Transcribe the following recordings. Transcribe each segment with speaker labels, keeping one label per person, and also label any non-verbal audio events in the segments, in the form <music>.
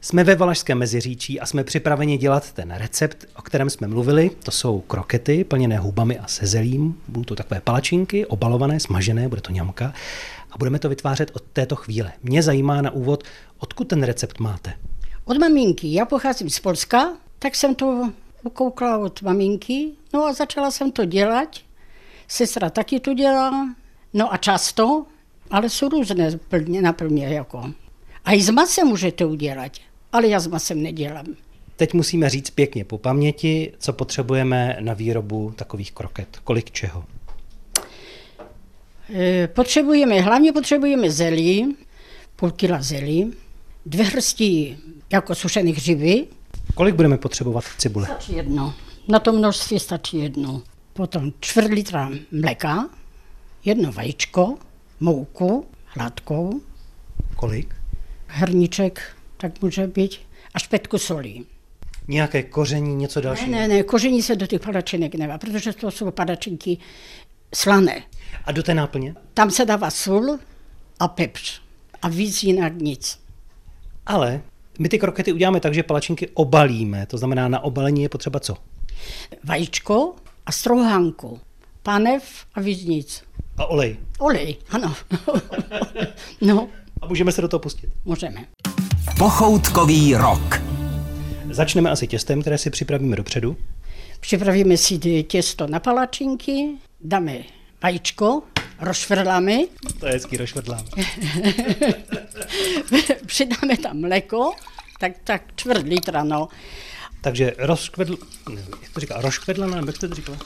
Speaker 1: Jsme ve Valašském meziříčí a jsme připraveni dělat ten recept, o kterém jsme mluvili. To jsou krokety plněné hubami a sezelím. Budou to takové palačinky, obalované, smažené, bude to ňamka. A budeme to vytvářet od této chvíle. Mě zajímá na úvod, odkud ten recept máte.
Speaker 2: Od maminky. Já pocházím z Polska, tak jsem to ukoukla od maminky, no a začala jsem to dělat. Sestra taky to dělá, no a často, ale jsou různé plně, naplně jako. A i s masem můžete udělat, ale já s masem nedělám.
Speaker 1: Teď musíme říct pěkně po paměti, co potřebujeme na výrobu takových kroket. Kolik čeho?
Speaker 2: E, Potřebujeme, hlavně potřebujeme zelí, půl kila zelí, dvě hrsti jako sušených hřivy,
Speaker 1: Kolik budeme potřebovat cibule?
Speaker 2: stačí jedno. Na to množství stačí jedno. Potom čtvrt litra mléka, jedno vajíčko, mouku hladkou,
Speaker 1: Kolik?
Speaker 2: hrníček, tak může být, a špetku solí.
Speaker 1: Nějaké koření, něco
Speaker 2: Ne,
Speaker 1: dalšího.
Speaker 2: ne, ne, koření se do těch palačinek nemá, protože to jsou palačinky slané.
Speaker 1: A do té náplně?
Speaker 2: Tam se dává sůl a pepř a víc jinak nic.
Speaker 1: Ale my ty krokety uděláme tak, že palačinky obalíme. To znamená, na obalení je potřeba co?
Speaker 2: Vajíčko a strouhanku, panev a víc nic.
Speaker 1: A olej.
Speaker 2: Olej, ano. <laughs> no,
Speaker 1: A můžeme se do toho pustit.
Speaker 2: můžeme.
Speaker 3: Pochoutkový rok.
Speaker 1: Začneme asi těstem, které si připravíme dopředu.
Speaker 2: Připravíme si ty těsto na palačinky, dáme vajíčko, rozšvrláme, <laughs>
Speaker 1: To je hezký rošvrtlám.
Speaker 2: přidáme tam mléko, tak, tak čtvrt litra, no.
Speaker 1: Takže rozkvedl... ne, Jak to říká? Roškvedlená? nebo Jak jste to říkala?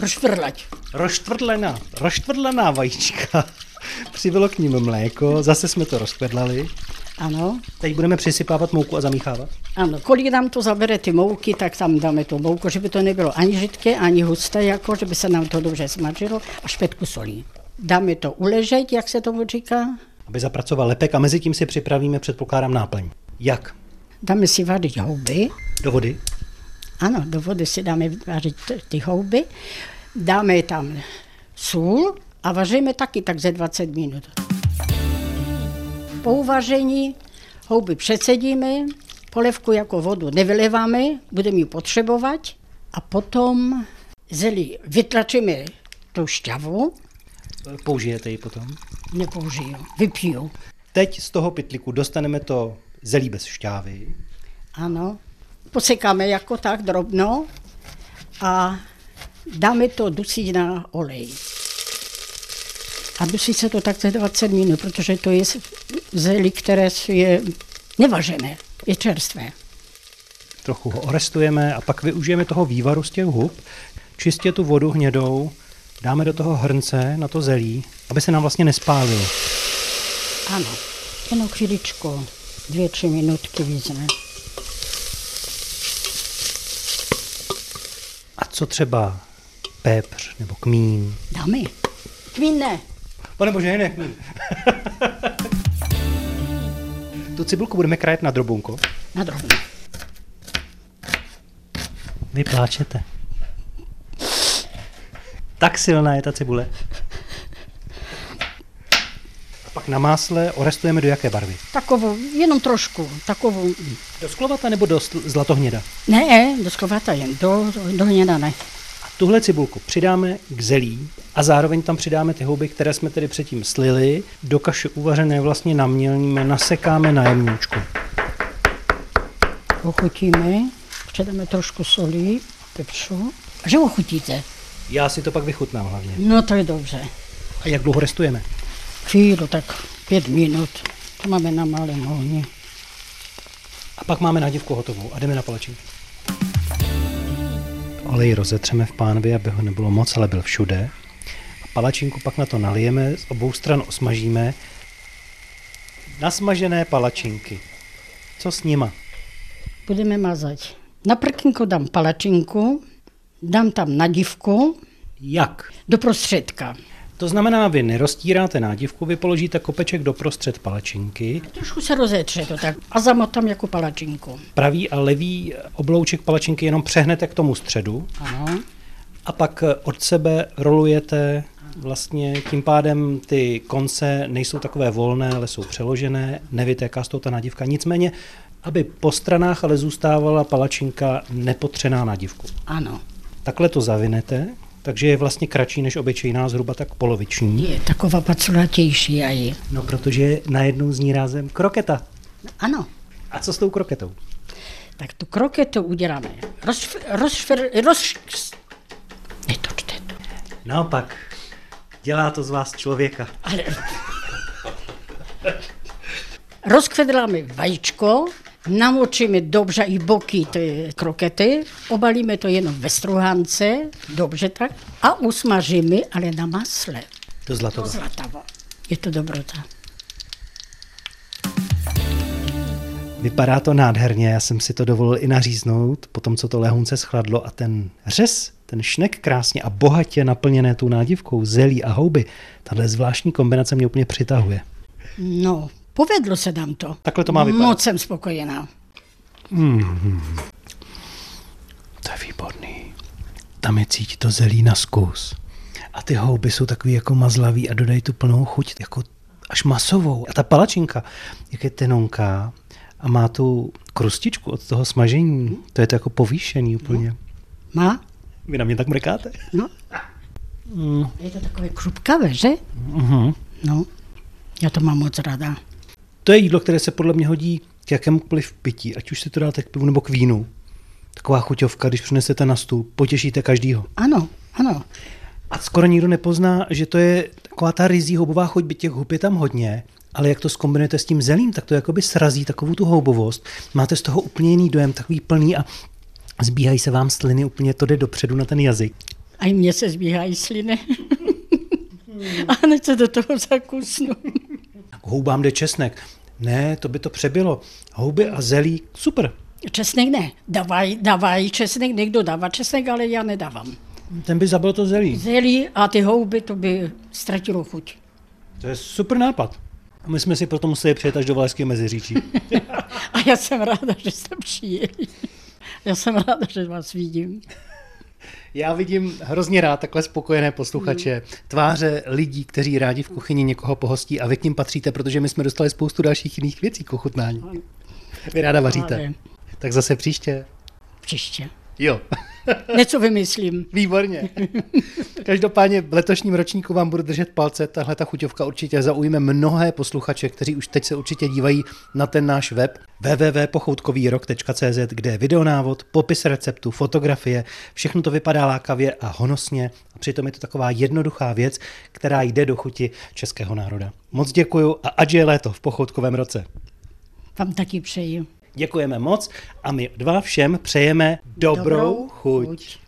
Speaker 2: Rozšvrlať.
Speaker 1: Roštvrdlená. Roštvrdlená vajíčka. <laughs> Přibylo k ním mléko, zase jsme to rozkvedlali.
Speaker 2: Ano,
Speaker 1: Teď budeme přisypávat mouku a zamíchávat.
Speaker 2: ano. Kolik nám to zabere ty mouky, tak tam dáme tu mouku, żeby to nebylo ani žitké, ani husté, jako, żeby se nám to dobře smažilo a špetku solí. Dáme to uležet, jak se tomu říká.
Speaker 1: Aby zapracoval lepek a mezi tím si připravíme, předpokládám, náplň. Jak?
Speaker 2: Dáme si vařit houby.
Speaker 1: Do vody?
Speaker 2: Ano, do vody si dáme vařit t- ty houby, dáme tam sůl a vaříme taky tak ze 20 minut. Po uvaření houby přecedíme, polévku jako vodu nevyleváme, budeme ji potřebovat a potom zelí vytlačíme tu šťavu,
Speaker 1: Použijete ji potom.
Speaker 2: nepoužiju, vypiju.
Speaker 1: Teď z toho pytliku dostaneme to zelí bez šťávy.
Speaker 2: Ano. Posekáme jako tak drobno a dáme to dusit na olej. A dusí se to tak za 20 minut, protože to je zelí, které je nevažené, je čerstvé.
Speaker 1: Trochu ho orestujeme a pak využijeme toho vývaru z těch hub. Čistě tu vodu hnědou dáme do toho hrnce na to zelí, aby se nám vlastně nespálilo.
Speaker 2: Ano, jenom chvíličku, dvě, tři minutky víc ne.
Speaker 1: A co třeba pepř nebo kmín?
Speaker 2: Dáme. Kvín ne.
Speaker 1: Pane bože, ne kmín. <laughs> tu cibulku budeme krajet na drobunko.
Speaker 2: Na drobno.
Speaker 1: Vy pláčete. Tak silná je ta cibule. A pak na másle orestujeme do jaké barvy?
Speaker 2: Takovou, jenom trošku, takovou,
Speaker 1: Do sklovata nebo do sl- zlatohněda?
Speaker 2: ne, do sklovata jen, do, do hněda ne.
Speaker 1: A tuhle cibulku přidáme k zelí a zároveň tam přidáme ty houby, které jsme tedy předtím slili. Do kaše uvařené vlastně namělníme, nasekáme na jemňoučku.
Speaker 2: Ochutíme, přidáme trošku soli, pepřu. A že ochutíte?
Speaker 1: Já si to pak vychutnám hlavně.
Speaker 2: No to je dobře.
Speaker 1: A jak dlouho restujeme?
Speaker 2: Chvíli, tak pět minut. To máme na malém ohni.
Speaker 1: A pak máme nádivku hotovou a jdeme na palačinky. Olej rozetřeme v pánvi, aby ho nebylo moc, ale byl všude. A palačinku pak na to nalijeme, z obou stran osmažíme. Nasmažené palačinky. Co s nima?
Speaker 2: Budeme mazat. Na prkínko dám palačinku, dám tam nadívku
Speaker 1: Jak?
Speaker 2: do prostředka.
Speaker 1: To znamená, vy neroztíráte nádivku, vy položíte kopeček doprostřed palačinky.
Speaker 2: Trošku se rozetře to tak a zamotám jako palačinku.
Speaker 1: Pravý a levý oblouček palačinky jenom přehnete k tomu středu
Speaker 2: Ano.
Speaker 1: a pak eh, od sebe rolujete vlastně tím pádem ty konce nejsou takové volné, ale jsou přeložené, nevytéká z toho ta nádivka. Nicméně aby po stranách ale zůstávala palačinka nepotřená na dívku.
Speaker 2: Ano.
Speaker 1: Takhle to zavinete, takže je vlastně kratší než obyčejná, zhruba tak poloviční.
Speaker 2: Je taková paculatější a je.
Speaker 1: No, protože najednou zní rázem kroketa.
Speaker 2: Ano.
Speaker 1: A co s tou kroketou?
Speaker 2: Tak tu kroketu uděláme. Roz, roz, roz, Netočte to.
Speaker 1: Naopak, dělá to z vás člověka.
Speaker 2: Ale... Rozkvedláme vajíčko, namočíme dobře i boky ty krokety, obalíme to jenom ve struhance, dobře tak, a usmažíme, ale na masle.
Speaker 1: To
Speaker 2: To
Speaker 1: zlatové.
Speaker 2: zlatavo. Je to dobrota.
Speaker 1: Vypadá to nádherně, já jsem si to dovolil i naříznout, po tom, co to lehonce schladlo a ten řez, ten šnek krásně a bohatě naplněné tou nádivkou, zelí a houby, tahle zvláštní kombinace mě úplně přitahuje.
Speaker 2: No, povedlo se nám to.
Speaker 1: Takhle to má vypadat.
Speaker 2: Moc jsem spokojená.
Speaker 1: To je výborný. Tam je cítit to zelí na zkus. A ty houby jsou takový jako mazlavý a dodají tu plnou chuť, jako až masovou. A ta palačinka, jak je tenonká a má tu krustičku od toho smažení, to je to jako povýšený úplně.
Speaker 2: Má?
Speaker 1: Vy na mě tak mrkáte?
Speaker 2: No. Je to takové krupkavé, že?
Speaker 1: Mm, Mhm.
Speaker 2: No, já to mám moc ráda.
Speaker 1: To je jídlo, které se podle mě hodí k jakémukoliv pití, ať už si to dáte k pivu nebo k vínu. Taková chuťovka, když přinesete na stůl, potěšíte každýho.
Speaker 2: Ano, ano.
Speaker 1: A skoro nikdo nepozná, že to je taková ta rizí houbová chuť, by těch hub je tam hodně, ale jak to zkombinujete s tím zelím, tak to jakoby srazí takovou tu houbovost. Máte z toho úplně jiný dojem, takový plný a zbíhají se vám sliny, úplně to jde dopředu na ten jazyk.
Speaker 2: A i mně se zbíhají sliny. <laughs> A hned se do toho zakusnu.
Speaker 1: K houbám jde česnek. Ne, to by to přebylo. Houby a zelí, super.
Speaker 2: Česnek ne. Dávají, dávají česnek, někdo dává česnek, ale já nedávám.
Speaker 1: Ten by zabil to zelí.
Speaker 2: Zelí a ty houby, to by ztratilo chuť.
Speaker 1: To je super nápad. A my jsme si proto museli přijet až do Valašského meziříčí.
Speaker 2: A já jsem ráda, že jste přijeli. Já jsem ráda, že vás vidím.
Speaker 1: <laughs> Já vidím hrozně rád takhle spokojené posluchače, tváře lidí, kteří rádi v kuchyni někoho pohostí a vy k ním patříte, protože my jsme dostali spoustu dalších jiných věcí k ochutnání. Vy ráda vaříte.
Speaker 2: Právě.
Speaker 1: Tak zase příště.
Speaker 2: Příště.
Speaker 1: Jo,
Speaker 2: Něco vymyslím.
Speaker 1: výborně. Každopádně v letošním ročníku vám budu držet palce. Tahle ta chuťovka určitě zaujme mnohé posluchače, kteří už teď se určitě dívají na ten náš web www.pochoutkovýrok.cz, kde je videonávod, popis receptu, fotografie, všechno to vypadá lákavě a honosně a přitom je to taková jednoduchá věc, která jde do chuti českého národa. Moc děkuju a ať je léto v pochoutkovém roce.
Speaker 2: Vám taky přeji.
Speaker 1: Děkujeme moc a my dva všem přejeme dobrou, dobrou chuť. chuť.